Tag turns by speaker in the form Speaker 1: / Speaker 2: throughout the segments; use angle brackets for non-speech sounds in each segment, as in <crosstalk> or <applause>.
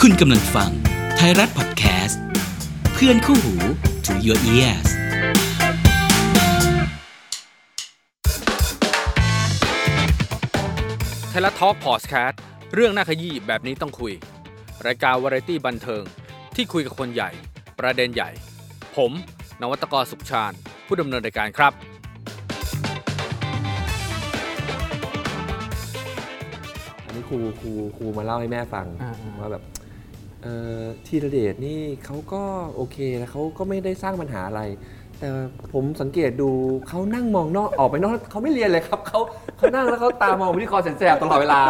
Speaker 1: คุณกำลังฟังไทยรัฐพอดแคสต์เพื่อนคู่หู to your ears
Speaker 2: ไทยรัฐทอล์กพอดแคสต์เรื่องน่าขยี้แบบนี้ต้องคุย รายการวาไรตี้บันเทิง ที่คุยกับคนใหญ่ ประเด็นใหญ่ ผม นวัตกรสุขชาญ ผู้ดำเนินรายการครับ
Speaker 3: อันนี้ครูครูครูมาเล่าให้แม่ฟัง
Speaker 2: อ่าๆ
Speaker 3: ว่าแบบเอ่อธีรเดชนี่เขาก็โอเคนะเขาก็ไม่ได้สร้างปัญหาอะไร แต่ผมสังเกตดูเขานั่งมองนอกออกไปนอกเขาไม่เรียนเลยครับเขาเขานั่งแล้วเขาตามองไปที่คอแสนแสบตลอดเวลา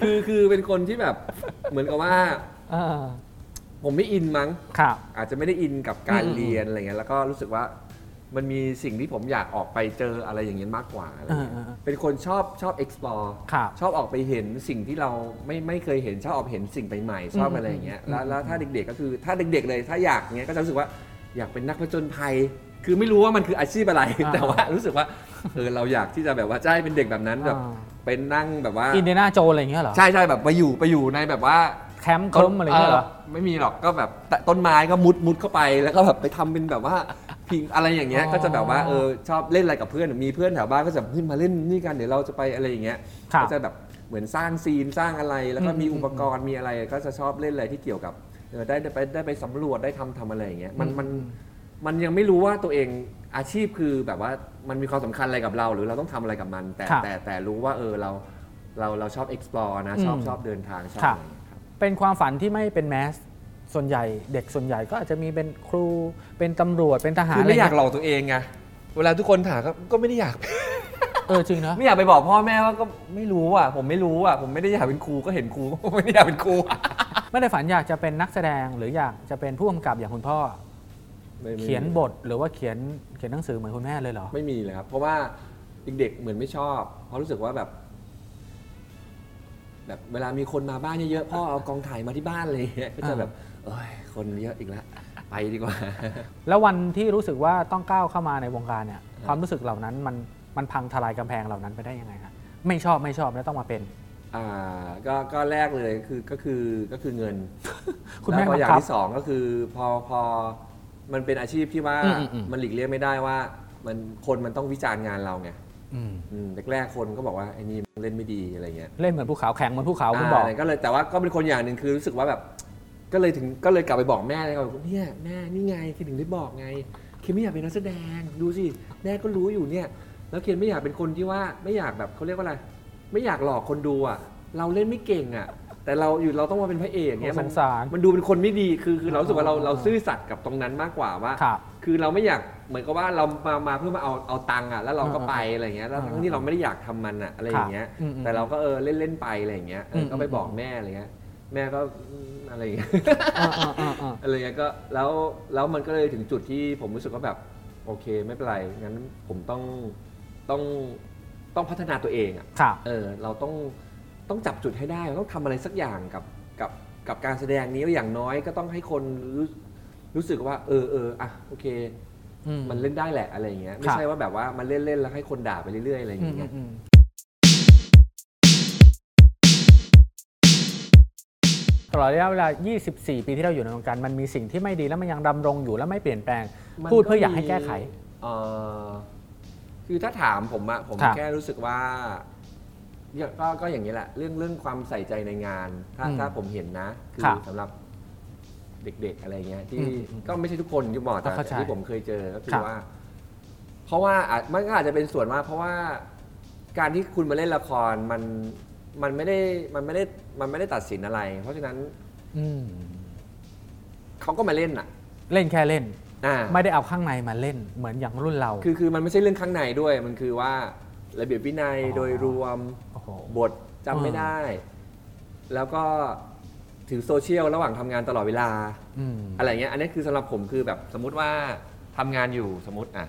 Speaker 3: คือคือเป็นคนที่แบบเหมือนกับว่าผมไม่อินมั้ง
Speaker 2: ครับ
Speaker 3: อาจจะไม่ได้อินกับการ
Speaker 2: อืม
Speaker 3: เรียนอะไรเงี้ยแล้วก็รู้สึกว่ามันมีสิ่งที่ผมอยากออกไปเจออะไรอย่างเงี้ยมากกว่าอะไรเงี้ย
Speaker 2: อ่าอ่า
Speaker 3: เป็นคนชอบชอบ explore
Speaker 2: ครับ
Speaker 3: ชอบออกไปเห็นสิ่งที่เราไม่ไม่เคยเห็นชอบออกเห็นสิ่งใหม่ๆชอบ
Speaker 2: อืม
Speaker 3: อะไรอย่างเงี้ย
Speaker 2: อืม
Speaker 3: แล้วแล้วถ้าเด็กๆก็คือถ้าเด็กๆเลยถ้าอยากเงี้ยก็จะรู้สึกว่าอยากเป็นนักผจญภัย คือไม่รู้ว่ามันคืออาชีพอะไร
Speaker 2: อ่า
Speaker 3: แต่ว่ารู้สึกว่าเออเราอยากที่จะแบบว่าจะให้เป็นเด็กแบบนั้นแบบ
Speaker 2: อ่า
Speaker 3: เป็นนั่งแบบว่า
Speaker 2: อินเดน่าโจอะไรเงี้ยเหรอ
Speaker 3: ใช่ใช่แบบไปอยู่ไปอยู่ในแบบว่า
Speaker 2: แคมป์เคิร์มอะไรเงี้ยเหรอ
Speaker 3: ไม่มีหรอกก็แบบแต่ต้นไม้ก็มุดมุดเข้าไปแล้วก็แบบไปทำเป็นแบบว่าพิงอะไรอย่างเงี้ย
Speaker 2: อ๋อ
Speaker 3: ก็จะแบบว่าเออชอบเล่นอะไรกับเพื่อนมีเพื่อนแถวบ้านก็จะแบบขึ้นมาเล่นนี่กันเดี๋ยวเราจะไปอะไรอย่างเงี้ย
Speaker 2: ครับ
Speaker 3: ก็จะแบบเหมือนสร้างซีนสร้างอะไร แล้วก็มี
Speaker 2: อืม
Speaker 3: อุปกรณ์มีอะไรก็จะชอบเล่นอะไรที่เกี่ยวกับเออได้ได้ไปได้ไปสำรวจได้ทำทำอะไรอย่างเงี้ยมันมันมันยังไม่รู้ว่าตัวเองอาชีพคือแบบว่ามันมีความสำคัญอะไรกับเรา หรือเราต้องทำอะไรกับมัน แต่
Speaker 2: ครับ
Speaker 3: แต่แต่รู้ว่าเออเราเราเราชอบ explore นะชอบ
Speaker 2: อืม
Speaker 3: ชอบเดินทางชอบ
Speaker 2: ครั
Speaker 3: อะ
Speaker 2: บ
Speaker 3: ไรอย่างเงี้ยครับ
Speaker 4: เป็นความฝันที่ไม่เป็นแมส ส่วนใหญ่เด็กส่วนใหญ่ก็อาจจะมีเป็นครูเป็นตำรวจเป็นทหาร
Speaker 3: คือ
Speaker 4: อะไร
Speaker 3: ไม่อยาก
Speaker 4: เงี้
Speaker 3: หลอกตัวเองไง เวลาทุกคนถามก็ก็ไม่ได้อยาก
Speaker 4: เออจริงเนอะ
Speaker 3: ไม่อยากไปบอกพ่อแม่ว่าก็ไม่รู้อ่ะ ผมไม่รู้อ่ะ ผมไม่ได้อยากเป็นครูก็เห็นครู ก็ไม่ได้อยากเป็นครูอะ
Speaker 4: ไม่ได้ฝันอยากจะเป็นนักแสดงหรืออยากจะเป็นผู้กำกับอย่างคุณพ่อ เขียนบทหรือว่าเขียนเขียนหนังสือเหมือนคุณแม่เลยเหรอ
Speaker 3: ไม่มีเลยครับ เพราะว่าเด็กๆเหมือนไม่ชอบ เพราะรู้สึกว่าแบบ แบบเวลามีคนมาบ้านเยอะๆ พ่อเอากองถ่ายมาที่บ้านอะไรอย่างเลยก็จะแบบเอ้ยคนเยอะอีกแล้วไปดีกว่า <laughs>
Speaker 4: แล้ววันที่รู้สึกว่าต้องก้าวเข้ามาในวงการเนี่ย ความรู้สึกเหล่านั้นมันมันพังทลายกำแพงเหล่านั้นไปได้ยังไงฮะไม่ชอบไม่ชอบแล้วต้องมาเป็น
Speaker 3: อ่าก็ก็แรกเลยคือก็คือก็คือเงิน
Speaker 4: คุณ
Speaker 3: แล้
Speaker 4: แม่
Speaker 3: วพออย่าง
Speaker 4: บังคับ
Speaker 3: ที่สองก็คือพอพอมันเป็นอาชีพที่ว่า
Speaker 4: อืมอืมอืม
Speaker 3: มันหลีกเลี่ยงไม่ได้ว่า มันคนมันต้องวิจารณ์งานเราไงอืมแรกๆคนก็บอกว่าไอ้นี่มึงเล่นไม่ดีอะไรเงี้ย
Speaker 4: เล่นเหมือนภูเขาแข็งเหมือนภูเขาคุณบอก
Speaker 3: าก็เลยแต่ว่าก็เป็นคนอย่างหนึ่งคือรู้สึกว่าแบบ ก็เลยถึงก็เลยกลับไปบอกแม่เลยว่าเนี่ยแม่นี่ไงเคถึงได้บอกไง เคไม่อยากเป็นนักแสดงดูสิแม่ก็รู้อยู่เนี่ย แล้วเคนไม่อยากเป็นคนที่ว่าไม่อยากแบบเขาเรียกว่าอะไร ไม่อยากหลอกคนดูอ่ะ เราเล่นไม่เก่งอ่ะ แต่เราอยู่เราต้องมาเป็นพระเอกเนี่ย
Speaker 4: โอ้
Speaker 3: มัน
Speaker 4: สงสาร
Speaker 3: มันดูเป็นคนไม่ดีคือคือเรารู้สึกว่าเรา
Speaker 4: อ๋อ
Speaker 3: เราซื่อสัตย์กับตรงนั้นมากกว่าว่า
Speaker 4: ครับ
Speaker 3: อเราไม่อยากเหมือนกับว่าเรามามาเพื่อมาเอาเอาตังค์อ่ะแล้วเราก็ไปอะไรอย่างเงี้ยแล้วทั้งที่เราไม่ได้อยากทำมันอ่ะอะไรอย่างเงี้ย
Speaker 4: ครับอืมๆ
Speaker 3: แต่เราก็เออเล่นเล่นๆไปอะไรอย่างเงี้ยเออก็ไปบอกแม่อะไรเงี้ยแม่ก็อืมอะไรอย่างเงี้ย <laughs>
Speaker 4: อ่าอ่าอ่าอ่า
Speaker 3: อะไรเงี้ยก็แล้วแล้วมันก็เลยถึงจุดที่ผมรู้สึกว่าแบบโอเคไม่เป็นไรงั้นผมต้องต้องต้องพัฒนาตัวเองอะ
Speaker 4: ครับ
Speaker 3: เออเราต้องต้องจับจุดให้ได้ต้องทำอะไรสักอย่างกับกับกับการแสดงนี้อย่างน้อยก็ต้องให้คนรู้รู้สึกว่า เออเอออ่ะโอเค
Speaker 4: อืม
Speaker 3: มันเล่นได้แหละอะไรอย่างเงี้ยไม่
Speaker 4: ครับ
Speaker 3: ใช่ว่าแบบว่ามันเล่นเล่นๆแล้วให้คนด่าไปเรื่อยๆอะไรอย่าง
Speaker 4: อืม
Speaker 3: เงี้ย
Speaker 4: อืมตลอดระยะเวลา 24 ปีที่เราอยู่ในวงการ มันมีสิ่งที่ไม่ดีแล้วมันยังดำรงอยู่และไม่เปลี่ยนแปลง
Speaker 3: มัน
Speaker 4: พูดเพื่ออยากให้แก้ไข
Speaker 3: เอ่อคือถ้าถามผมอะผม
Speaker 4: ครับ
Speaker 3: แค่รู้สึกว่าเนี่ยก็ก็อย่างนี้แหละ เรื่องเรื่องความใส่ใจในงาน ถ้าถ้าผมเห็นนะ คือ
Speaker 4: ครับ
Speaker 3: สำหรับเด็ก ๆอะไรเงี้ย ที่
Speaker 4: อืมอืม
Speaker 3: ก็ไม่ใช่ทุกคนที่บอกแต่
Speaker 4: เข้าใจ
Speaker 3: ที่ผมเคยเจอก็คื
Speaker 4: ครั
Speaker 3: อบ ว่า เพราะว่าอาจมันก็อาจจะเป็นส่วนว่า เพราะว่าการที่คุณมาเล่นละครมันมันไม่ได้มันไม่ได้มันไม่ได้ตัดสินอะไร เพราะฉะนั้น
Speaker 4: อืม
Speaker 3: เขาก็มาเล่นอ่ะ
Speaker 4: เล่นแค่เล่น
Speaker 3: อ่า
Speaker 4: ไม่ได้เอาข้างในมาเล่นเหมือนอย่างรุ่นเรา
Speaker 3: คือคือมันไม่ใช่เรื่องข้างในด้วย มันคือว่าระเบียบวินัย
Speaker 4: อ๋อ
Speaker 3: โดยรวม
Speaker 4: โอ้โห
Speaker 3: บทจำไม่
Speaker 4: อืม
Speaker 3: ได้ แล้วก็ถือโซเชียลระหว่างทำงานตลอดเวลา
Speaker 4: ม
Speaker 3: อะไรเงี้ย อันนี้คือสำหรับผมคือแบบสมมติว่าทำงานอยู่สมมติอ่ะ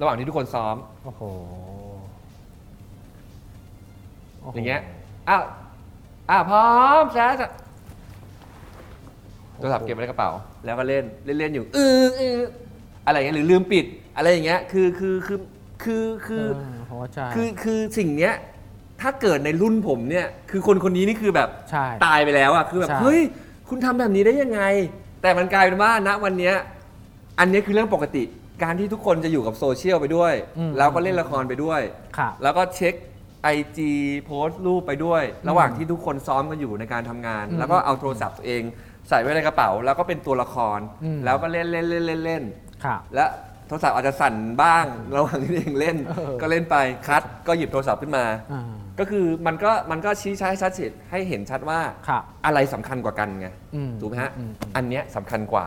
Speaker 3: ระหว่างที่ทุกคนซ้อม
Speaker 4: โอ้โหโโห
Speaker 3: อย่างเงี้ย อ้าว อ้าวพร้อมแซ่โทรศัพท์เก็บไว้ในกระเป๋า แล้วก็เล่น เล่นเล่นๆอยู่ อืออืออะไรอย่างเงี้ย หรือลืมปิด อะไรอย่างเงี้ย คือคือคือคือคือ
Speaker 4: เออหัวใจ
Speaker 3: คือคือสิ่งเนี้ย ถ้าเกิดในรุ่นผมเนี่ย คือคนคนนี้นี่คือแบบ
Speaker 4: ใช่
Speaker 3: ตายไปแล้วอะคือแบบ
Speaker 4: ใช่
Speaker 3: เฮ้ยคุณทำแบบนี้ได้ยังไง แต่มันกลายเป็นว่าณวันเนี้ยอันเนี้ยคือเรื่องปกติ การที่ทุกคนจะอยู่กับโซเชียลไปด้วย แล้วก็เล่นละครไปด้วย
Speaker 4: ครับ
Speaker 3: แล้วก็เช็ค IG โพสต์รูปไปด้วย ระหว่างที่ทุกคนซ้อมกันอยู่ในการทำงาน
Speaker 4: อืม
Speaker 3: แล้วก็เอาโทรศัพท์ตัวเอง ใส่ไว้ในกระเป๋า แล้วก็เป็นตัวละคร
Speaker 4: อืม
Speaker 3: แล้วก็เล่นเล่นเล่นเล่นเล่น
Speaker 4: ครับ
Speaker 3: และโทรศัพท์อาจจะสั่นบ้าง ระหว่างที่ตัวเองเล่น
Speaker 4: เออ
Speaker 3: ก็เล่นไปคัดก็หยิบโทรศัพท์ขึ้นมา
Speaker 4: อ่า
Speaker 3: ก็คือมันก็มันก็ชี้ชัดให้ชัดเจนให้เห็นชัดว่า
Speaker 4: ครับ
Speaker 3: อะไรสำคัญกว่ากันไง
Speaker 4: อืม
Speaker 3: ถูกไหมฮะ
Speaker 4: อืม
Speaker 3: อันเนี้ยสำคัญกว่า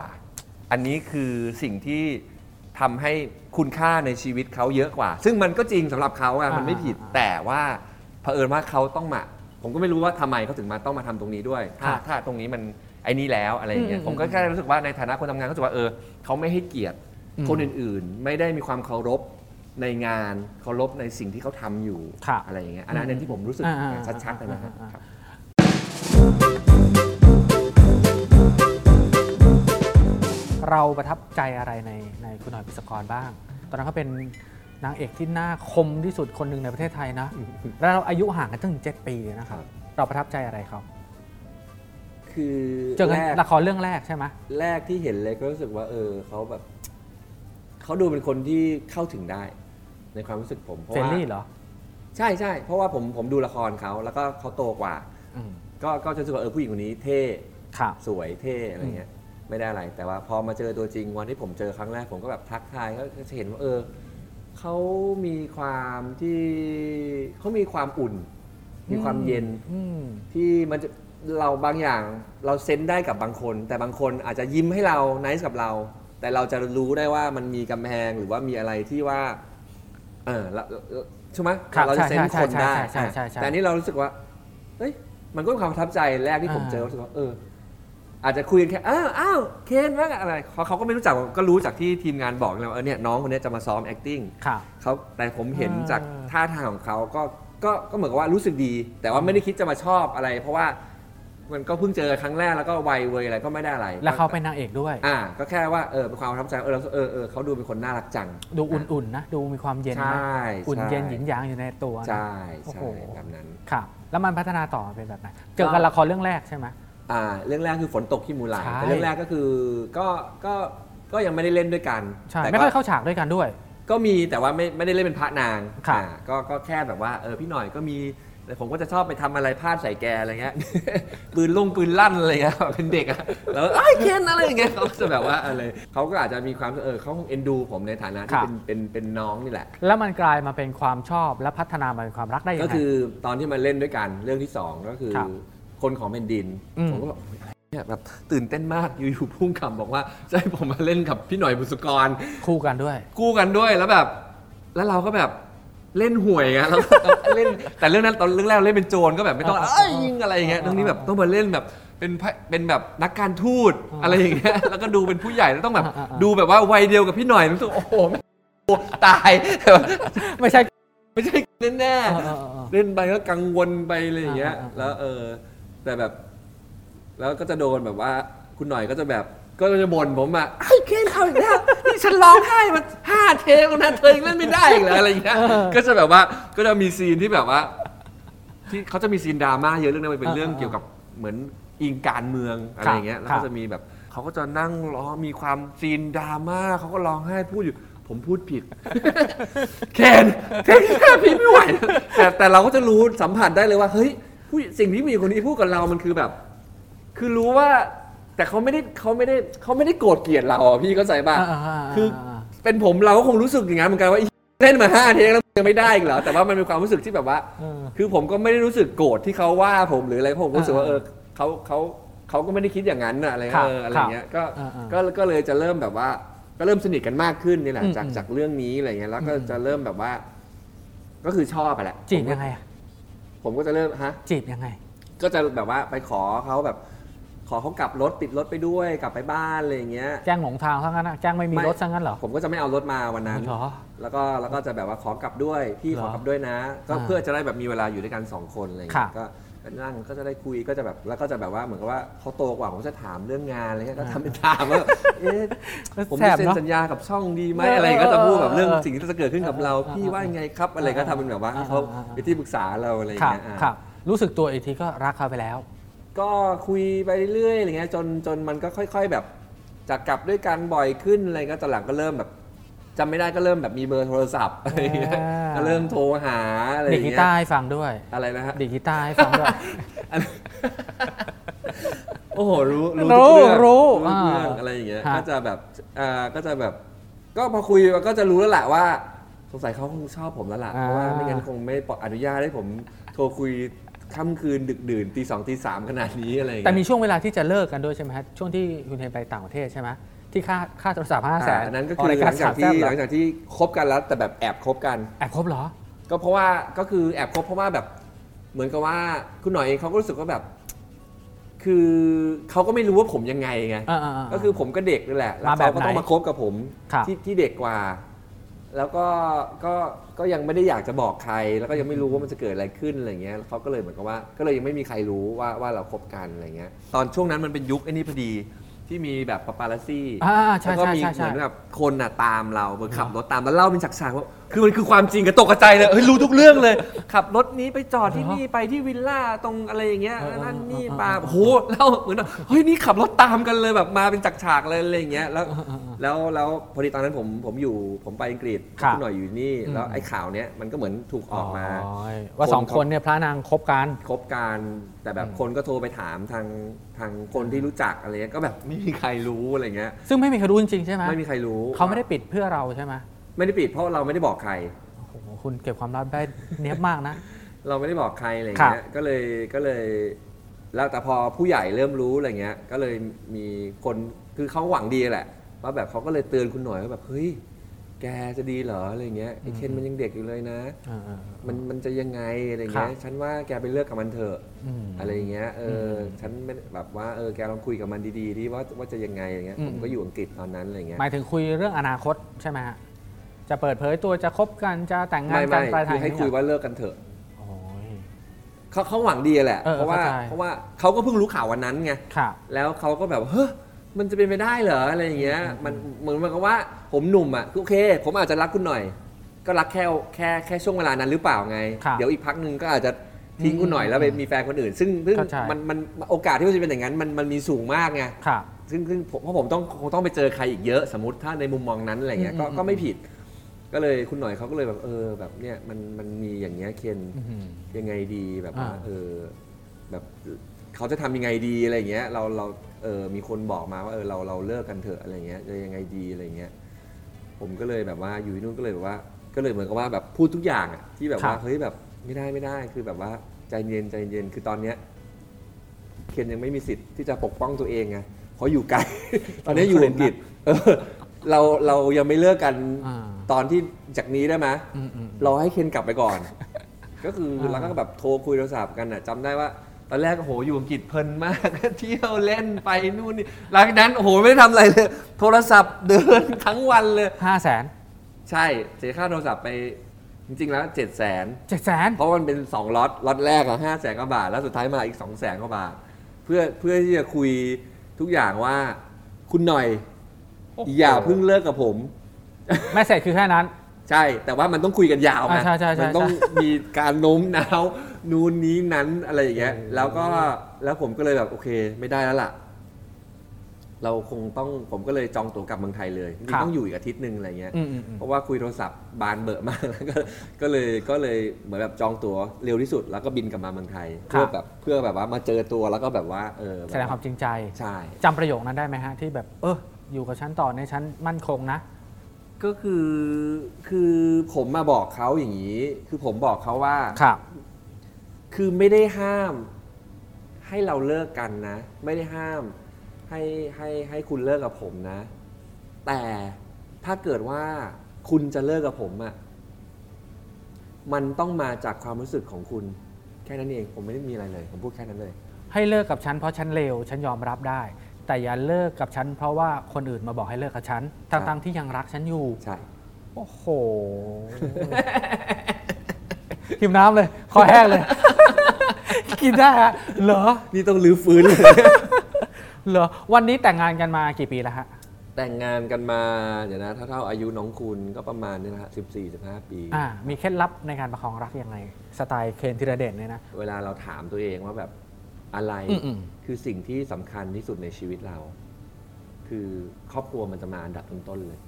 Speaker 3: อันนี้คือสิ่งที่ทำให้คุณค่าในชีวิตเขาเยอะกว่า ซึ่งมันก็จริงสำหรับเขาอะมันไม่ผิด แต่ว่าเผอิญว่าเขาต้องมา ผมก็ไม่รู้ว่าทำไมเขาถึงมาต้องมาทำตรงนี้ด้วย ถ้าถ้าตรงนี้มันไอ้นี่แล้วอะไรอย่างเงี้ยผมก็แค่รู้สึกว่าในฐานะคนทำงานก็รู้สึกว่าเออเขาไม่ให้เกียรติคนอื่นๆ ไม่ได้มีความเคารพในงานเคารพในสิ่งที่เขาทำอยู่
Speaker 4: ครับ
Speaker 3: อะไรอย่างเงี้ยอันนั้นอันที่ผมรู้สึก
Speaker 4: อ่าอ่า
Speaker 3: ชัดๆเลยนะฮะ
Speaker 4: อ่า
Speaker 3: ครับ
Speaker 4: เราประทับใจอะไรในในคุณหน่อยพิศกรบ้าง ตอนนั้นเขาเป็นนางเอกที่หน้าคมที่สุดคนหนึ่งในประเทศไทยนะ แล้วเราอายุห่างกันตั้งเจ็ดปีนะค
Speaker 3: ค
Speaker 4: รับ
Speaker 3: รับ
Speaker 4: เราประทับใจอะไรเขา
Speaker 3: คือ
Speaker 4: เจอกัน
Speaker 3: แรก
Speaker 4: ละครเรื่องแรกใช่ไหม
Speaker 3: แรกที่เห็นเลยก็รู้สึกว่า เออเขาแบบ เขาดูเป็นคนที่เข้าถึงได้ ในความรู้สึกผมเพราะ
Speaker 4: เฟรน
Speaker 3: ว่า
Speaker 4: ลี่เหรอ
Speaker 3: ใช่ใช่เพราะว่าผมผมดูละครเขาแล้วก็เขาโตกว่า
Speaker 4: อืม
Speaker 3: ก็ก็จะรู้สึกว่าเออผู้หญิงคนนี้เท่
Speaker 4: ครับ
Speaker 3: สวยเท่อะไรเงี้ยไม่ได้อะไร แต่ว่าพอมาเจอตัวจริงวันที่ผมเจอครั้งแรกผมก็แบบทักทายก็จะเห็นว่าเออเขามีความที่เขามีความอุ่น มีความเย็น
Speaker 4: อืม
Speaker 3: ที่มันจะเราบางอย่างเราเซนได้กับบางคน แต่บางคนอาจจะยิ้มให้เราไนซ์กับเรา แต่เราจะรู้ได้ว่ามันมีกำแพงหรือว่ามีอะไรที่ว่า เออเราเราใช่ไหม
Speaker 4: ครับ
Speaker 3: เราจะเซนคนได้
Speaker 4: ใช่ใช่ใช่ใช่ใช่
Speaker 3: แต่อันนี้เรารู้สึกว่าเฮ้ยมันก็เป็นความประทับใจแรกที่ผม
Speaker 4: อ่า
Speaker 3: เจอรู้สึกว่าเออ อาจจะคุยกันแค่อ้าวอ้าวเคนว่าไงอะไรเขาเขาก็ไม่รู้จักก็รู้จากที่ทีมงานบอกแล้วว่าเออเนี่ยน้องคนเนี้ยจะมาซ้อม acting
Speaker 4: ครับ
Speaker 3: เขาแต่ผมเห็น
Speaker 4: อ่า
Speaker 3: จากท่าทางของเขาก็ก็ก็เหมือนกับว่ารู้สึกดี แต่ว่าไม่ได้คิดจะมาชอบอะไร เพราะว่ามันก็เพิ่งเจอครั้งแรกแล้วก็วัยเวยอะไรก็ไม่ได้อะไร
Speaker 4: แล้วเขาเป็นนางเอกด้วย
Speaker 3: อ่า ก็แค่ว่าเออเป็นความประทับใจเออเราเออเออเขาดูเป็นคนน่ารักจัง
Speaker 4: ดูอุ่นๆนะ ดูมีความเย็น
Speaker 3: ใช่
Speaker 4: นะอุ่น
Speaker 3: ใช่
Speaker 4: เย็นหยินหยางอยู่ในตัวนะ
Speaker 3: ใช่
Speaker 4: โอ้โห
Speaker 3: ใช่แบบนั้น
Speaker 4: ครับ แล้วมันพัฒนาต่อมาเป็นแบบไหน เจอกันละครเรื่องแรกใช่ไหม
Speaker 3: อ่า เรื่องแรกคือฝนตกที่มูลาน
Speaker 4: ใช่
Speaker 3: แต่เรื่องแรกก็คือก็ก็ก็ยังไม่ได้เล่นด้วยกัน
Speaker 4: ใช่
Speaker 3: แต่ก็
Speaker 4: ไม่ค่อยเข้าฉากด้วยกันด้วย
Speaker 3: ก็มีแต่ว่าไม่ไม่ได้เล่นเป็นพระนาง
Speaker 4: ครับ
Speaker 3: อ่าก็ก็แค่แบบว่าเออพี่หน่อยก็มีแต่ผมก็จะชอบไปทำอะไรพลาดใส่แกอะไรเงี้ย <laughs> ปืนลงปืนลั่นอะไรเงี้ยเป็นเด็กอะแล้วไอ้ยเคนอะไรอย่างเงี้ยเขาจะแบบว่าอะไรเขาก็อาจจะมีความเออเขาคงเอ็นดูผมในฐานะ
Speaker 4: ครั
Speaker 3: ที่
Speaker 4: บ
Speaker 3: เป็นเป็นเป็นน้องนี่แหละ
Speaker 4: แล้วมันกลายมาเป็นความชอบและพัฒนามาเป็นความรักได้ยัง
Speaker 3: ก็
Speaker 4: ไง
Speaker 3: คือตอนที่มาเล่นด้วยกันเรื่องที่สองก็คือ
Speaker 4: ครับ
Speaker 3: คนของแผ่นดิน
Speaker 4: อืม
Speaker 3: ผมก็แบบโอ้ยเนี่ยแบบตื่นเต้นมากอยู่ๆพุ่งคำบอกว่าจะให้ผมมาเล่นกับพี่หน่อยบุษกร
Speaker 4: คู่กันด้วย
Speaker 3: กู้กันด้วยแล้วแบบ แล้วเราก็แบบเล่นห่วยไง <laughs> แล้ว เล่นแต่เรื่องนั้นตอนเรื่องแรกเราเล่นเป็นโจรก็แบบไม่ต้อง
Speaker 4: อ่า
Speaker 3: เอ้ยยิงอะไรอย่างเงี้ย
Speaker 4: อ่า
Speaker 3: เรื่องนี้แบบต้องมาเล่นแบบเป็นพระเป็นแบบนักการทูต
Speaker 4: อ่า
Speaker 3: อะไรอย่างเงี้ย <laughs> แล้วก็ดูเป็นผู้ใหญ่แล้วต้องแบบ
Speaker 4: อ่าอ่า
Speaker 3: ดูแบบว่าวัยเดียวกับพี่หน่อยรู้สึกโอ้โหแม่งกลัวตาย
Speaker 4: ไม่ใช่
Speaker 3: <laughs> ไม่ใช่แน่
Speaker 4: เออ
Speaker 3: ๆ
Speaker 4: เออเออ
Speaker 3: เล่นไปก็กังวลไปอะไรอย่างเงี้ย
Speaker 4: อ่าๆๆ
Speaker 3: แล้วเออ แต่แบบ แล้วก็จะโดนแบบว่า คุณหน่อยก็จะแบบ ก็จะบ่นผมอ่ะไอ้เคนเอาอีกแล้วนี่ฉันร้องไห้มาห้าเทปแล้วนะเธอยังเล่นไม่ได้อี
Speaker 4: <laughs>
Speaker 3: กเหรออะไรอย่างเงี้ย
Speaker 4: เออ
Speaker 3: ก็จะแบบว่า ก็จะมีซีนที่แบบว่า ที่เขาจะมีซีนดราม่าเยอะเรื่องนั้นมันเป็นเรื่อง
Speaker 4: อ่าๆๆ
Speaker 3: เกี่ยวกับเหมือนอิงการเมืองอะไรอย่างเงี้ย
Speaker 4: ครับ
Speaker 3: แล้วก็จะมีแบบ เขาก็จะนั่งร้องมีความซีนดราม่าเขาก็ร้องไห้พูดอยู่ ผมพูดผิด แคนเทคแค่พี่ไม่ไหวแต่แต่เราก็จะรู้สัมผัสได้เลยว่า เฮ้ยผู้สิ่งที่ผู้หญิงคนนี้พูดกับเรามันคือแบบ คือรู้ว่า แต่เขาไม่ได้เขาไม่ได้เขาไม่ได้โกรธเกลียดเราอ่ะพี่เข้าใจป่ะ
Speaker 4: อ่าอ่าา
Speaker 3: คือเป็นผมเราก็คงรู้สึกอย่างนั้นเหมือนกันว่าอีเล่นมาห้าเทคแล้วยังไม่ได้อีกเหรอแต่ว่ามันเป็นความรู้สึกที่แบบว่า
Speaker 4: เออ
Speaker 3: คือผมก็ไม่ได้รู้สึกโกรธที่เขาว่าผมหรืออะไรเพราะผมรู้สึกว่าเอ
Speaker 4: อ่า
Speaker 3: อเขาเขาเขาก็ไม่ได้คิดอย่างนั้นน่ะอะไร
Speaker 4: ครับ
Speaker 3: เอออะไรเงี้ยก็
Speaker 4: อ่าอ่า
Speaker 3: ก็ก็เลยจะเริ่มแบบว่า ก็เริ่มสนิทกันมากขึ้นนี่แหละ
Speaker 4: อืม
Speaker 3: จาก
Speaker 4: อืม
Speaker 3: จากเรื่องนี้อะไรเงี้ยแล้วก็
Speaker 4: อืม
Speaker 3: จะเริ่มแบบว่า ก็คือชอบไปแหละ
Speaker 4: จีบยังไงอะ
Speaker 3: ผมก็จะเริ่มฮะ
Speaker 4: จีบยังไง
Speaker 3: ก็จะแบบว่าไปขอเขาแบบ ขอเขากลับรถติดรถไปด้วยกลับไปบ้านอะไรอย่างเงี้ย
Speaker 4: แจ้งหลงทางซะงั้นอะแจ้งไม่มี
Speaker 3: ไม่
Speaker 4: รถซะงั้นเหรอ
Speaker 3: ผมก็จะไม่เอารถมาวันนั้น
Speaker 4: เหรอ
Speaker 3: แล้วก็แล้วก็จะแบบว่าขอกลับด้วยพี่
Speaker 4: เหร
Speaker 3: ข
Speaker 4: อ
Speaker 3: อกลับด้วยนะ ก็
Speaker 4: อ่า
Speaker 3: เพื่อจะได้แบบมีเวลาอยู่ด้วยกันสองคนอะไรอย่าง
Speaker 4: ครั
Speaker 3: เงี้
Speaker 4: บ
Speaker 3: ยก็ ก็นั่งก็จะได้คุยก็จะแบบแล้วก็จะแบบว่าเหมือนกับว่าเขาโตกว่าผมจะถามเรื่องงานอะไรเงี้ยก็ทำเป็นถามว่า <laughs> เอ๊ะผมจะเซ็น
Speaker 4: แสบเนอะ
Speaker 3: สัญญากับช่องดีไหม
Speaker 4: เออ
Speaker 3: อะไรก็จะพูดแบบเรื่อง
Speaker 4: เออเออ
Speaker 3: สิ่งที่จะเกิดขึ้นกับเรา
Speaker 4: เออเออ
Speaker 3: พี่ว่าไงครับ อะไรก็ทำเป็นแบบว่าให้เขา
Speaker 4: เออเออเออ
Speaker 3: เป็นที่ปรึกษาเราอะไรอย่าง
Speaker 4: ครับ
Speaker 3: เงี้ยอ่ะ
Speaker 4: ครับ รู้สึกตัวอีกทีก็รักเขาไปแล้ว
Speaker 3: ก็คุยไปเรื่อยๆอะไรเงี้ยจนจนมันก็ค่อย ๆ แบบจากกลับด้วยกันบ่อยขึ้นอะไรก็ตอนหลังก็เริ่มแบบจำไม่ได้ก็เริ่มแบบมีเบอร์โทรศัพท์ <laughs> อะไรเงี้ย
Speaker 4: อ่า
Speaker 3: ก็เริ่มโทรหาอะไรอ
Speaker 4: ดีด
Speaker 3: ย่าง
Speaker 4: กี
Speaker 3: เงี้
Speaker 4: ตาย ร์ให้ฟังด้วย
Speaker 3: อะไรนะฮะ
Speaker 4: ดีดกีตาร์ให้ฟังด้วย
Speaker 3: โอ้โหรู้รู้ทุกเรื่องรู้
Speaker 4: รู้รู้
Speaker 3: ทุกเรื่อง
Speaker 4: อ่า
Speaker 3: อะไรอย่างเงี้ย
Speaker 4: ฮะ
Speaker 3: ก็จะแบบอ่าก็จะแบบ ก็พอคุยก็จะรู้แล้วแหละว่าสงสัยเขาคงชอบผมแล้วล่ะเพราะว่าไม่งั้นคงไม่อนุญาตให้ผมโทรคุยค่ำคืนดึกดื่นตีสองตีสามขนาดนี้อะไรอย่าง
Speaker 4: แต่
Speaker 3: เงี้ย
Speaker 4: มีช่วงเวลาที่จะเลิกกันด้วยใช่ไหมฮะช่วงที่คุณเฮนไปต่างประเทศใช่ไหมที่ค่าค่าโทรศัพท์ห้าแสน
Speaker 3: อ่าอันนั้นก็คือหลังจากที่หลังจากที่คบกันแล้วแต่แบบแอบคบกัน
Speaker 4: แอบคบเหรอ
Speaker 3: ก็เพราะว่าก็คือแอบคบเพราะว่าแบบเหมือนกับว่าคุณหน่อยเองเขาก็รู้สึกว่าแบบ คือเขาก็ไม่รู้ว่าผมยังไงไง
Speaker 4: อ่าๆๆ
Speaker 3: ก็คือผมก็เด็กนี่แหละแล้ว
Speaker 4: มาแบ
Speaker 3: เขา
Speaker 4: บ
Speaker 3: ก็
Speaker 4: ไหน
Speaker 3: ต้องมาคบกับผม
Speaker 4: ครับ
Speaker 3: ที่ที่เด็กกว่า แล้วก็ก็ก็ยังไม่ได้อยากจะบอกใคร แล้วก็ยังไม่รู้ว่ามันจะเกิดอะไรขึ้นอะไรเงี้ยแล้วเขาก็เลยเหมือนกับว่า ก็เลยยังไม่มีใครรู้ว่าว่าเราคบกันอะไรเงี้ย ตอนช่วงนั้นมันเป็นยุคไอ้นี่พอดีที่มีแบบปาปารัสซี่
Speaker 4: อ่าใช่
Speaker 3: แล้วก็
Speaker 4: ใช่
Speaker 3: มี
Speaker 4: ใช่
Speaker 3: เห
Speaker 4: ใช่
Speaker 3: มือนแบบคนน่ะตามเราเหมือนขับรถตามแล้วเล่าเป็นฉากๆว่าคือมันคือความจริงกับตกกระใจเลยเฮ้ยรู้ทุกเรื่องเลย <laughs> ขับรถนี้ไปจอดที่นี่ไปที่วิลล่าตรงอะไรอย่างเงี้ย
Speaker 4: เออเออ
Speaker 3: นั่น
Speaker 4: เออ
Speaker 3: นี่
Speaker 4: เออ
Speaker 3: ปาโอ้โหเล่าเหมือนแบบเฮ้ยนี่ขับรถตามกันเลยแบบมาเป็นฉากๆเลยอะไรอย่างเงี้ยแล้วแล้วแล้วพอดีตอนนั้นผมผมอยู่ผมไปอังกฤษ
Speaker 4: ครับ
Speaker 3: คุณหน่อยอยู่นี่แล้วไอ้ข่าวเนี้ยมันก็เหมือนถูกออกมา
Speaker 4: โยว่าสองคนเนี่ยพระนางคบกัน
Speaker 3: คบกันแต่แบบคนก็โทรไปถามทางทางคนที่รู้จักอะไรเงี้ยก็แบบไม่มีใครรู้อะไรเงี้ย
Speaker 4: ซึ่งไม่มีใครรู้จริงๆใช่ไหม
Speaker 3: ไม่มีใครรู้
Speaker 4: เขาไม่ได้ปิดเพื่อเราใช่ไหม
Speaker 3: ไม่ได้ปิดเพราะเราไม่ได้บอกใคร
Speaker 4: โอ้โหคุณเก็บความลับได้เนียบมากนะ
Speaker 3: เราไม่ได้บอกใครอะไร
Speaker 4: ครั
Speaker 3: เงี้ย
Speaker 4: บ
Speaker 3: ก็เลยก็เลย แล้วแต่พอผู้ใหญ่เริ่มรู้อะไรเงี้ย ก็เลยมีคนคือเขาหวังดีแหละ ว่าแบบเขาก็เลยเตือนคุณหน่อยว่าแบบเฮ้ยแกจะดีเหรออะไรเงี้ยไอ้เคนมันยังเด็กอยู่เลยนะ มันมันจะยังไงอะไรเงี้ย
Speaker 4: ครับ
Speaker 3: ฉันว่าแกไปเลิกกับมันเถอะ
Speaker 4: อืม
Speaker 3: อะไรเงี้ยเอออฉันไม่แบบว่าเออแกลองคุยกับมันดีๆดิว่าว่าจะยังไงอะไรเงี้ย
Speaker 4: อืม
Speaker 3: ผมก็อยู่อังกฤษตอนนั้นอะไรเงี้ย
Speaker 4: หมายถึงคุยเรื่องอนาคตใช่ไหมฮะจะเปิดเผยตัวจะคบกันจะแต่งงา
Speaker 3: ไม่
Speaker 4: นกั
Speaker 3: ไม่
Speaker 4: นปลายทา
Speaker 3: คื
Speaker 4: ง
Speaker 3: อให้คุยว่าเลิกกันเถอะ
Speaker 4: โอ้ย
Speaker 3: เขาเขาหวังดีแหละ
Speaker 4: เออ
Speaker 3: เพราะว่า
Speaker 4: เข้าใจ
Speaker 3: เพราะว่าเขาก็เพิ่งรู้ข่าววันนั้นไง
Speaker 4: ครับ
Speaker 3: แล้วเขาก็แบบเฮ้ยมันจะเป็นไปได้เหรออะไรอย่างเงี้ย มันเหมือนกับว่าผมหนุ่มอ่ะคือโอเค ผมอาจจะรักคุณหน่อย ก็รักแค่แค่แค่ช่วงเวลานั้นหรือเปล่าไง
Speaker 4: ครับ
Speaker 3: เดี๋ยวอีกพักหนึ่งก็อาจจะทิ้งคุณหน่อยแล้วไปมีแฟนคนอื่น ซึ่งซึ่ง
Speaker 4: เข้าใจ
Speaker 3: มันมันโอกาสที่มันจะเป็นอย่างนั้นมันมันมีสูงมากไง
Speaker 4: ครับ
Speaker 3: ซึ่งซึ่งผมเพราะผมต้องคงต้องไปเจอใครอีกเยอะ สมมติถ้าในมุมมองนั้นอะไรเงี้ยก็
Speaker 4: อืม
Speaker 3: ก็ไม่ผิด ก็เลยคุณหน่อยเขาก็เลยแบบเออแบบเนี่ยมันมันมีอย่างเงี้ยเคน
Speaker 4: อื้อหือ
Speaker 3: ยังไงดีแบบว่า
Speaker 4: อ่า
Speaker 3: เออแบบเขาจะทำยังไงดีอะไรอย่างเงี้ยเราเราเออมีคนบอกมาว่าเออเราเราเลิกกันเถอะอะไรเงี้ยจะยังไงดีอะไรเงี้ยผมก็เลยแบบว่าอยู่ที่นู่นก็เลยแบบว่า ก็เลยเหมือนกับว่าแบบพูดทุกอย่างอะที่แบบ
Speaker 4: ครับ
Speaker 3: ว่าเฮ้ยแบบไม่ได้ไม่ได้คือแบบว่าใจเย็นใจเย็นคือตอนเนี้ยเคนยังไม่มีสิทธิ์ที่จะปกป้องตัวเองไงเพราะอยู่ไกล <laughs> ตอนเนี้ยอยู่อังกฤษเออเราเรายังไม่เลิกกัน
Speaker 4: อ่า
Speaker 3: ตอนที่จากนี้ได้ไหม
Speaker 4: อืมอืม
Speaker 3: รอให้เคนกลับไปก่อน ก็คือ
Speaker 4: อ่า
Speaker 3: เราก็แบบโทรคุยโทรศัพท์กันอ่ะจำได้ว่า ตอนแรกโอ้โหอยู่อังกฤษเพลินมาก <laughs> เที่ยวเล่นไปนู่นนี่หลังจากนั้นโอ้โหไม่ได้ทำอะไรเลย โทรศัพท์เดินทั้งวันเลย
Speaker 4: ห้าแสน
Speaker 3: ใช่เสียค่าโทรศัพท์ไปจริง ๆ แล้ว7 0 0 0 0น
Speaker 4: เจ็ดแสน
Speaker 3: เพราะมันเป็น 2ล็อตล็อตแรกอะห้าแสนกว่าบาท แล้วสุดท้ายมาอีก2องแสนกว่าบาท เพื่อเพื่อที่จะคุยทุกอย่างว่าคุณหน่อย อย่าเพิ่งเลิกกับผม
Speaker 4: แม่เสร็จคือแค่นั้น
Speaker 3: ใช่ แต่ว่ามันต้องคุยกันยาว
Speaker 4: อ่า
Speaker 3: นะ
Speaker 4: ใช่ใช่ใช่
Speaker 3: มัต้อง
Speaker 4: ใช่
Speaker 3: มีการโน้มน้าวนู่นนี้นั้นอะไรอย่างเงี้ย แล้วก็แล้วผมก็เลยแบบโอเค ไม่ได้แล้วล่ะ เราคงต้องผมก็เลยจองตั๋วกลับเมืองไทยเลยจริงๆต้องอยู่อีกอาทิตย์หนึ่งอะไรเงี้ย
Speaker 4: อืมอืมอืม
Speaker 3: เพราะว่าคุยโทรศัพท์บานเบอะมาก <laughs> แล้วก็ก็เลยก็เลยเหมือนแบบจองตั๋วเร็วที่สุด แล้วก็บินกลับมาเมืองไทย
Speaker 4: ครับ
Speaker 3: เพื่อแบบเพื่อแบบว่ามาเจอตัวแล้วก็แบบว่า เออ
Speaker 4: แสดงความจริงใจ
Speaker 3: ใช่
Speaker 4: จำประโยคนั้นได้ไหมฮะ ที่แบบ เอออยู่กับฉันต่อในฉันมั่นคงนะ
Speaker 3: ก็คือคือผมมาบอกเขาอย่างนี้ คือผมบอกเขาว่า
Speaker 4: ครับ
Speaker 3: คือไม่ได้ห้ามให้เราเลิกกันนะ ไม่ได้ห้ามให้ให้ให้คุณเลิกกับผมนะ แต่ถ้าเกิดว่าคุณจะเลิกกับผมอะ่ะมันต้องมาจากความรู้สึกของคุณ แค่นั้นเองผมไม่ได้มีอะไรเลย ผมพูดแค่นั้นเลย
Speaker 4: ให้เลิกกับฉันเพราะฉันเลวฉันยอมรับได้ แต่อย่าเลิกกับฉันเพราะว่าคนอื่นมาบอกให้เลิกกับฉัน
Speaker 3: ครับ
Speaker 4: ทั้งๆที่ยังรักฉันอยู่
Speaker 3: ใช่
Speaker 4: โอ้โห หิวน้ำเลย คอแห้งเลย กินได้ฮะเหรอ
Speaker 3: นี่ต้องรื้อฟื้น <laughs> เลย
Speaker 4: เหรอวันนี้แต่งงานกันมากี่ปีแล้วฮะ
Speaker 3: แต่งงานกันมา เดี๋ยวนะถ้าเท่าอายุน้องคุณก็ประมาณเนี่ยนะฮะสิบสี่สิบห้าปี
Speaker 4: อ่ามีเคล็ดลับในการประคองรักยังไงสไตล์เคนธีรเดชเนี่ยนะ
Speaker 3: เวลาเราถามตัวเองว่าแบบอะไร
Speaker 2: อืมอืม
Speaker 3: คือสิ่งที่สำคัญที่สุดในชีวิตเรา คือครอบครัวมันจะมาอันดับต้นๆเลย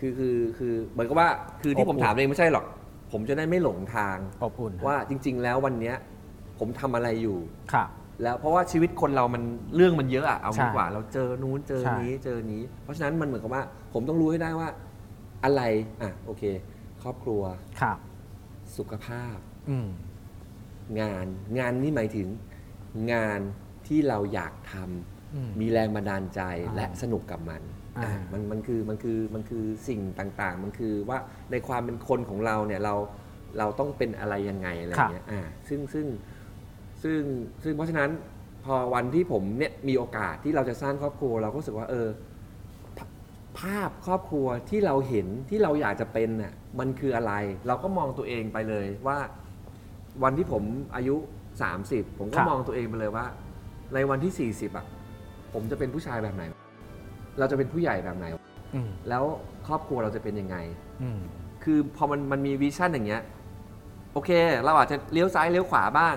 Speaker 3: คือคือคือเหมือนกับว่าคือที่
Speaker 4: คร
Speaker 3: ผ
Speaker 4: อบ
Speaker 3: ม
Speaker 4: ครัว
Speaker 3: ถามตัวเองไม่ใช่หรอก ผมจะได้ไม่หลงทาง
Speaker 4: อบอุ่นฮะ
Speaker 3: ว่าจริง ๆ แล้ววันเนี้ย ผมทำอะไรอยู่
Speaker 4: ค่ะ
Speaker 3: แล้วเพราะว่าชีวิตคนเรามันเรื่องมันเยอะอะเอา
Speaker 4: ใช่
Speaker 3: ดีกว่า เราเจอนู้นเจอ
Speaker 4: ใช่
Speaker 3: นี้เจอนี้ เพราะฉะนั้นมันเหมือนกับว่า ผมต้องรู้ให้ได้ว่า อะไรอ่ะโอเค ครอบครัว
Speaker 4: ค่ะ
Speaker 3: สุขภาพ
Speaker 4: อืม
Speaker 3: งานงานนี่หมายถึงงานที่เราอยากทำ
Speaker 4: อืม
Speaker 3: มีแรงบันดาลใจ
Speaker 4: อ่า
Speaker 3: และสนุกกับมัน
Speaker 4: อ่า
Speaker 3: อ่ะมันมันคือมันคือมันคือสิ่งต่างๆ มันคือว่าในความเป็นคนของเราเนี่ยเราเราต้องเป็นอะไรยังไงอะไรเงี้ยอ่าซึ่งซึ่งซึ่งซึ่งเพราะฉะนั้นพอวันที่ผมเนี่ยมีโอกาสที่เราจะสร้างครอบครัวเราก็รู้สึกว่าเออ ภาพครอบครัวที่เราเห็นที่เราอยากจะเป็นน่ะมันคืออะไร เราก็มองตัวเองไปเลยว่า วันที่ผมอายุ 30 ผมก็
Speaker 4: ครับ
Speaker 3: มองตัวเองไปเลยว่า ในวันที่ 40อ่ะผมจะเป็นผู้ชายแบบไหน เราจะเป็นผู้ใหญ่แบบไหน
Speaker 4: อืม
Speaker 3: แล้วครอบครัวเราจะเป็นยังไง
Speaker 4: อืม
Speaker 3: คือพอมันมันมีวิชั่นอย่างเงี้ยโอเค เราอาจจะเลี้ยวซ้ายเลี้ยวขวาบ้าง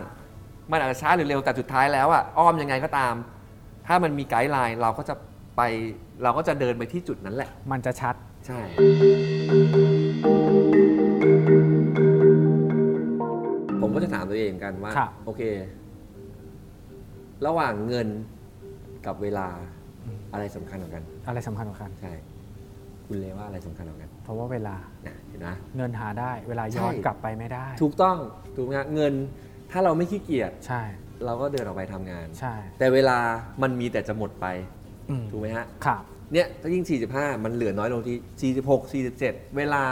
Speaker 3: มันอาจจะช้าหรือเร็วแต่สุดท้ายแล้วอะอ้อมยังไงก็ตาม ถ้ามันมีไกด์ไลน์เราก็จะไปเราก็จะเดินไปที่จุดนั้นแหละ
Speaker 4: มันจะชัด
Speaker 3: ใช่ ผมก็จะถามตัวเองเหมือนกันว่า
Speaker 4: ครับ
Speaker 3: โอเค ระหว่างเงินกับเวลาอะไรสำคัญกว่ากัน
Speaker 4: อะไรสำคัญกว่ากัน
Speaker 3: ใช่ คุณเลว่าอะไรสำคัญกว่ากัน
Speaker 4: เพราะว่าเวลา
Speaker 3: นะเห็นนะ
Speaker 4: เงินหาได้ เวลาย้อน
Speaker 3: ใช่
Speaker 4: กลับไปไม่ได้
Speaker 3: ถูกต้องถูกไหมฮะเงิน ถ้าเราไม่ขี้เกียจ
Speaker 4: ใช่
Speaker 3: เราก็เดินออกไปทำงาน
Speaker 4: ใช่
Speaker 3: แต่เวลามันมีแต่จะหมดไป
Speaker 4: อืม
Speaker 3: ถูกไหมฮะ
Speaker 4: ค่ะ
Speaker 3: เนี่ยถ้ายิ่ง 45 มันเหลือน้อยลงที่ 46 47 เวลา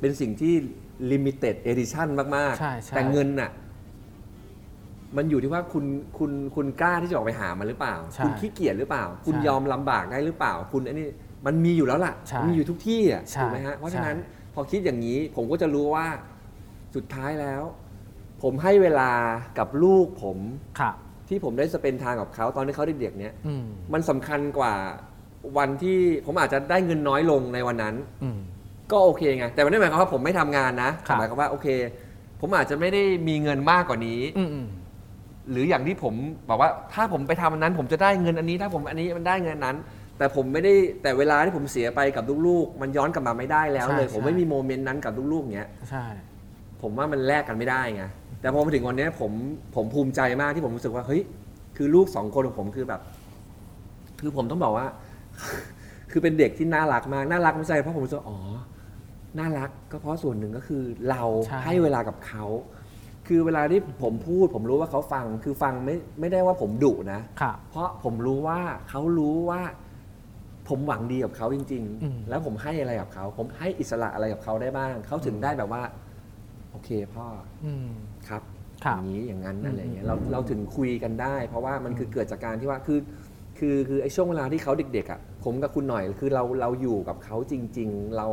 Speaker 3: เป็นสิ่งที่ limited edition มาก
Speaker 4: ใช่
Speaker 3: ๆ
Speaker 4: ใช่
Speaker 3: แต่เงินน่ะ มันอยู่ที่ว่าคุณคุณคุณกล้าที่จะออกไปหามันหรือเปล่า
Speaker 4: ใช่
Speaker 3: คุณขี้เกียจหรือเปล่า คุณ
Speaker 4: ใช่
Speaker 3: ยอมลำบากได้หรือเปล่า คุณอันนี้มันมีอยู่แล้วล่ะ
Speaker 4: ใช่
Speaker 3: มัมีอยู่ทุกที่อ่ะ
Speaker 4: ใช่
Speaker 3: ถูกไหมฮะ เพราะฉะนั้น
Speaker 4: ใช่
Speaker 3: พอคิดอย่างนี้ ผมก็จะรู้ว่าสุดท้ายแล้ว ผมให้เวลากับลูกผม
Speaker 4: ค่ะ
Speaker 3: ที่ผมได้สเปนทางกับเขาตอนที่เขาเด็กๆเนี่ย
Speaker 4: อืม
Speaker 3: มันสำคัญกว่าวันที่ผมอาจจะได้เงินน้อยลงในวันนั้น
Speaker 4: อืม
Speaker 3: ก็โอเคไง แต่มันไม่ได้หมายความว่าผมไม่ทำงานนะ
Speaker 4: ครับ
Speaker 3: หมายความว่าโอเค ผมอาจจะไม่ได้มีเงินมากกว่านี้
Speaker 4: อืมอืม
Speaker 3: หรืออย่างที่ผมบอกว่าถ้าผมไปทำอันนั้น ผมจะได้เงินอันนี้ถ้าผมอันนี้มันได้เงินนั้น แต่ผมไม่ได้แต่เวลาที่ผมเสียไปกับลูกๆมันย้อนกลับมาไม่ได้แล้วเลย
Speaker 4: ใช่
Speaker 3: ผม
Speaker 4: ใช่
Speaker 3: ไม่มีโมเมนต์นั้นกับลูกๆเนี้ย
Speaker 4: ใช่
Speaker 3: ผมว่ามันแลกกันไม่ได้ไง แต่พอมาถึงวันเนี้ยผมผมภูมิใจมากที่ผมรู้สึกว่าเฮ้ย คือลูกสองคนของผมคือแบบ คือผมต้องบอกว่า <laughs> คือเป็นเด็กที่น่ารักมาก น่ารักไม่ใช่เพราะผมรู้สึกว่าอ๋อ น่ารักก็เพราะส่วนหนึ่งก็คือเราให้เวลากับเขา คือเวลาที่ผมพูด ผมรู้ว่าเขาฟัง คือฟังไม่ไม่ได้ว่าผมดุนะ
Speaker 4: ค่ะ
Speaker 3: เพราะผมรู้ว่าเขารู้ว่าผมหวังดีกับเขาจริง
Speaker 4: อืม
Speaker 3: ๆ แล้วผมให้อะไรกับเขา ผมให้อิสระอะไรกับเขาได้บ้าง เขาถึงได้แบบว่า โอเคพ่อ
Speaker 4: อืม
Speaker 3: ครับอ
Speaker 4: ค่ะ
Speaker 3: ย่างนี้อย่างนั้น
Speaker 4: อืม
Speaker 3: อะไรอย่างเงี้ย
Speaker 4: อืม
Speaker 3: เราเราถึงคุยกันได้ เพราะว่ามันคือเกิดจากการที่ว่าคือ คือคือไอ้ช่วงเวลาที่เขาเด็กๆอ่ะผมกับคุณหน่อยคือเราเราอยู่กับเขาจริง ๆ เรา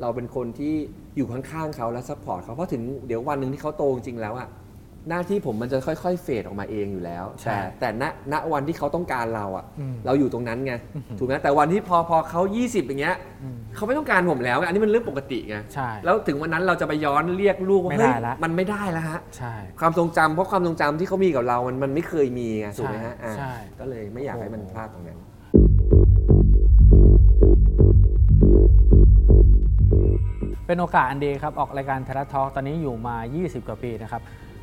Speaker 3: เราเป็นคนที่อยู่ข้างๆเขาและซัพพอร์ตเขาเพราะถึงเดี๋ยววันหนึ่งที่เขาโตจริงๆแล้วอ่ะหน้าที่ผมมันจะค่อยๆเฟดออกมาเองอยู่แล้ว
Speaker 4: ใช่
Speaker 3: แต่แต่ณณวันที่เขาต้องการเราอ่ะ
Speaker 4: อืม
Speaker 3: เราอยู่ตรงนั้นไง
Speaker 4: อือหือ
Speaker 3: ถูกไหมแต่วันที่พอพอเขา 20 อย่างเงี้ย
Speaker 4: อืม
Speaker 3: เขาไม่ต้องการผมแล้วไงอันนี้มันเรื่องปกติไง
Speaker 4: ใช่
Speaker 3: แล้วถึงวันนั้นเราจะไปย้อนเรียกลูกว่า
Speaker 4: ไม่
Speaker 3: เฮ้ย
Speaker 4: ได้ละ
Speaker 3: มันไม่ได้แล้วฮะ
Speaker 4: ใช่
Speaker 3: ความทรงจำเพราะความทรงจำที่เขามีกับเรา มันมันไม่เคยมีไงถูกไหมฮะอ่ะ
Speaker 4: ใช่
Speaker 3: ก็เลยไม่อยากให้มันพลาดตรงนั้น
Speaker 4: เป็นโอกาสอันดีครับ ออกรายการไทยรัฐทอล์กตอนนี้อยู่มา 20 กว่าปีนะครับ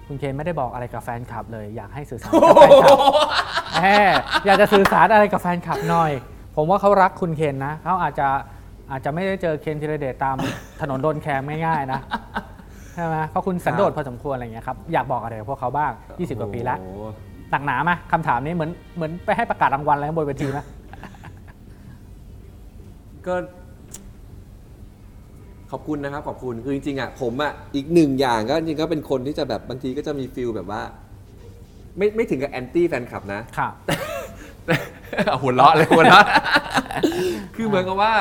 Speaker 4: คุณเคนไม่ได้บอกอะไรกับแฟนคลับเลย อยากให้สื่อสารกับแฟนคลับแหมอยากจะสื่อสารอะไรกับแฟนคลับหน่อย ผมว่าเขารักคุณเคนนะ เขาอาจจะอาจจะไม่ได้เจอเคนธีรเดชตาม ถนนโดนแคร์ง่ายๆนะใช่ไหมเพราะคุณสันโดษพอสมควรอะไรอย่างเงี้ยครับอยากบอกอะไรกับพวกเขาบ้าง 20 กว่าปีแล้ว
Speaker 3: โอ้โห
Speaker 4: หนักหนาไหมคำถามนี้เหมือนเหมือนไปให้ประกาศรางวัลอะไรข้างบนเวทีไหม
Speaker 3: ก็ ขอบคุณนะครับ ขอบคุณคือจริงๆอ่ะผมอ่ะอีกหนึ่งอย่างก็จริงๆก็เป็นคนที่จะแบบบางทีก็จะมีฟิลแบบว่า ไม่ไม่ถึงกับแอนตี้แฟนคลับนะ
Speaker 4: ค่ะ
Speaker 3: <laughs> เอาหัวเราะเลยหัวเราะ คือเหมือนกับว่า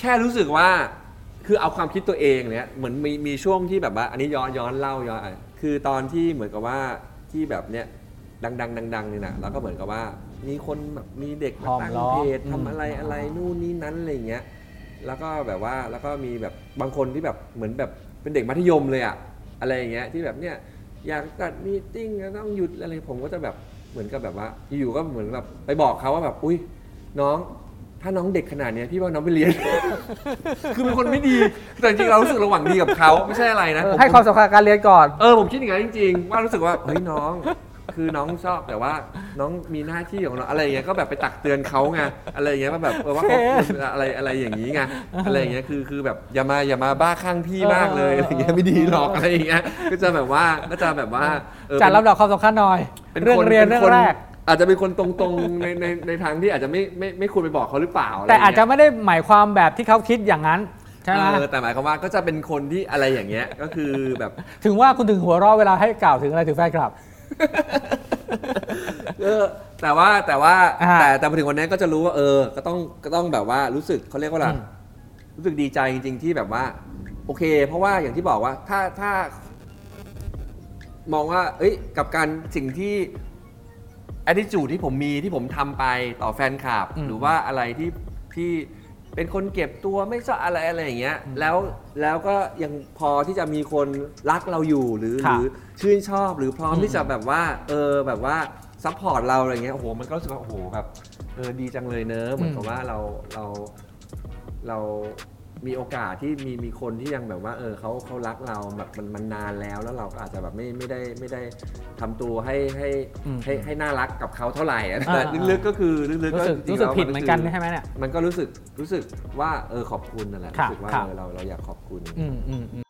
Speaker 3: แค่รู้สึกว่า คือเอาความคิดตัวเองเนี่ยเหมือนมีมีช่วงที่แบบว่า อันนี้ย้อนย้อนเล่าย้อนอ่ะคือตอนที่เหมือนกับว่า ที่แบบเนี้ยดังๆดังๆเนี่ยนะแล้วก็เหมือนกับว่า มีคนแบบมีเด็กมา
Speaker 4: หอม
Speaker 3: ตั้ง
Speaker 4: ล้อ
Speaker 3: เพจ
Speaker 4: อืม
Speaker 3: ทำอะไรอะไรนู่นนี่นั้นอะไรอย่างเงี้ยแล้วก็แบบว่าแล้วก็มีแบบบางคนที่แบบเหมือนแบบเป็นเด็กมัธยมเลยอะอะไรอย่างเงี้ยที่แบบเนี้ยอยากจัดมีตติ้งแล้วต้องหยุดอะไรผมก็จะแบบเหมือนกับแบบว่าอยู่ๆก็เหมือนแบบไปบอกเขาว่าแบบอุ้ยน้อง ถ้าน้องเด็กขนาดเนี้ยพี่ว่าน้องไปเรียน <laughs> คือเป็นคนไม่ดี แต่จริงๆเรารู้สึกระหว่างดีกับเขาไม่ใช่อะไรนะ
Speaker 4: เออ
Speaker 3: ผม
Speaker 4: ให้ความสำคัญกับการเรียนก่อน
Speaker 3: เออผมคิดอย่างนั้นจริงๆ ว่ารู้สึกว่า เฮ้ยน้อง คือน้องชอบแต่ว่าน้องมีหน้าที่ของเราอะไรอย่างเงี้ยก็แบบไปตักเตือนเขาไงอะไรอย่างเงี้ยว่าแบบเออว่าเขาอะไรอะไรอย่างงี้ไงอะไรอย่างเงี้ยคือคือแบบอย่ามาอย่ามาบ้าข้างพี่มากเลย
Speaker 4: เออ
Speaker 3: อะไรอย่างเงี้ยไม่ดีหรอกอะไรอย่างเงี้ยก็จะแบบว่าก็จะแบบว่าเออ
Speaker 4: จัดลำดับความสำคัญหน่อย
Speaker 3: เป็น
Speaker 4: เรื่อง
Speaker 3: คน
Speaker 4: เรียน
Speaker 3: ป็
Speaker 4: เรื่อง
Speaker 3: คน
Speaker 4: แรก
Speaker 3: อาจจะเป็นคนตรงๆในในในทางที่อาจจะไม่ไม่ไม่ควรไปบอกเขาหรือเปล่าไร
Speaker 4: แต่
Speaker 3: ย่งเงี้ย
Speaker 4: อาจจะไม่ได้หมายความแบบที่เขาคิดอย่างนั้นใช่ไหม
Speaker 3: เออแต่หมายความว่าก็จะเป็นคนที่อะไรอย่างเงี้ย ก็คือแบบ
Speaker 4: ถึงว่าคุณถึงหัวเราะเวลาให้กล่าวถึงอะไรถึงแฟนคลับ
Speaker 3: เออแต่ว่าแต่ว่า
Speaker 4: อ่า
Speaker 3: แต่แต่พอถึงวันนี้ก็จะรู้ว่าเออ ก็ต้องก็ต้องแบบว่ารู้สึกเขาเรียกว่าอะไร
Speaker 4: อืม
Speaker 3: รู้สึกดีใจจริง ๆ ที่แบบว่า โอเค เพราะว่าอย่างที่บอกว่าถ้าถ้า มองว่า เอ้ย กับการสิ่งที่ attitude ที่ผมมีที่ผมทำไปต่อแฟนคลับ
Speaker 4: อืม
Speaker 3: หรือว่าอะไรที่ที่เป็นคนเก็บตัวไม่ชอบอะไรอะไรอย่างเงี้ย แล้วแล้วก็ยังพอที่จะมีคนรักเราอยู่หรือห
Speaker 4: ค่ะ
Speaker 3: รือชื่นชอบหรือพร้อมที่จะแบบว่า เออแบบว่าซัพพอร์ตเราอะไรเงี้ยโอ้โหมันก็รู้สึกว่าโอ้โหแบบเออดีจังเลยเนอะเหมือนกับว่าเราเราเรามีโอกาสที่มีมีคนที่ยังแบบว่า เออเขาเขารักเราแบบมันมันนานแล้วแล้วเราก็อาจจะแบบไม่ไม่ได้ไม่ได้ทำตัวให้ให้
Speaker 4: อืม
Speaker 3: ให้ให้น่ารักกับเขาเท่าไหร่อะ
Speaker 4: อ่า
Speaker 3: แต่
Speaker 4: อ่า
Speaker 3: ลึกๆก็คือลึกๆ
Speaker 4: รู้
Speaker 3: ก็
Speaker 4: สึก
Speaker 3: จงๆ
Speaker 4: รู้สึก
Speaker 3: แล้ว
Speaker 4: ผิดเหมือนกัน
Speaker 3: คื
Speaker 4: ใช่ไหมเนี่ย
Speaker 3: มันก็รู้สึกรู้สึกว่าเออขอบคุณนั่นแหละ
Speaker 4: ค่ะ
Speaker 3: รู้สึกว่า
Speaker 4: ค่ะ
Speaker 3: เออเราเราอยากขอบคุณ
Speaker 4: อืมอืมอืม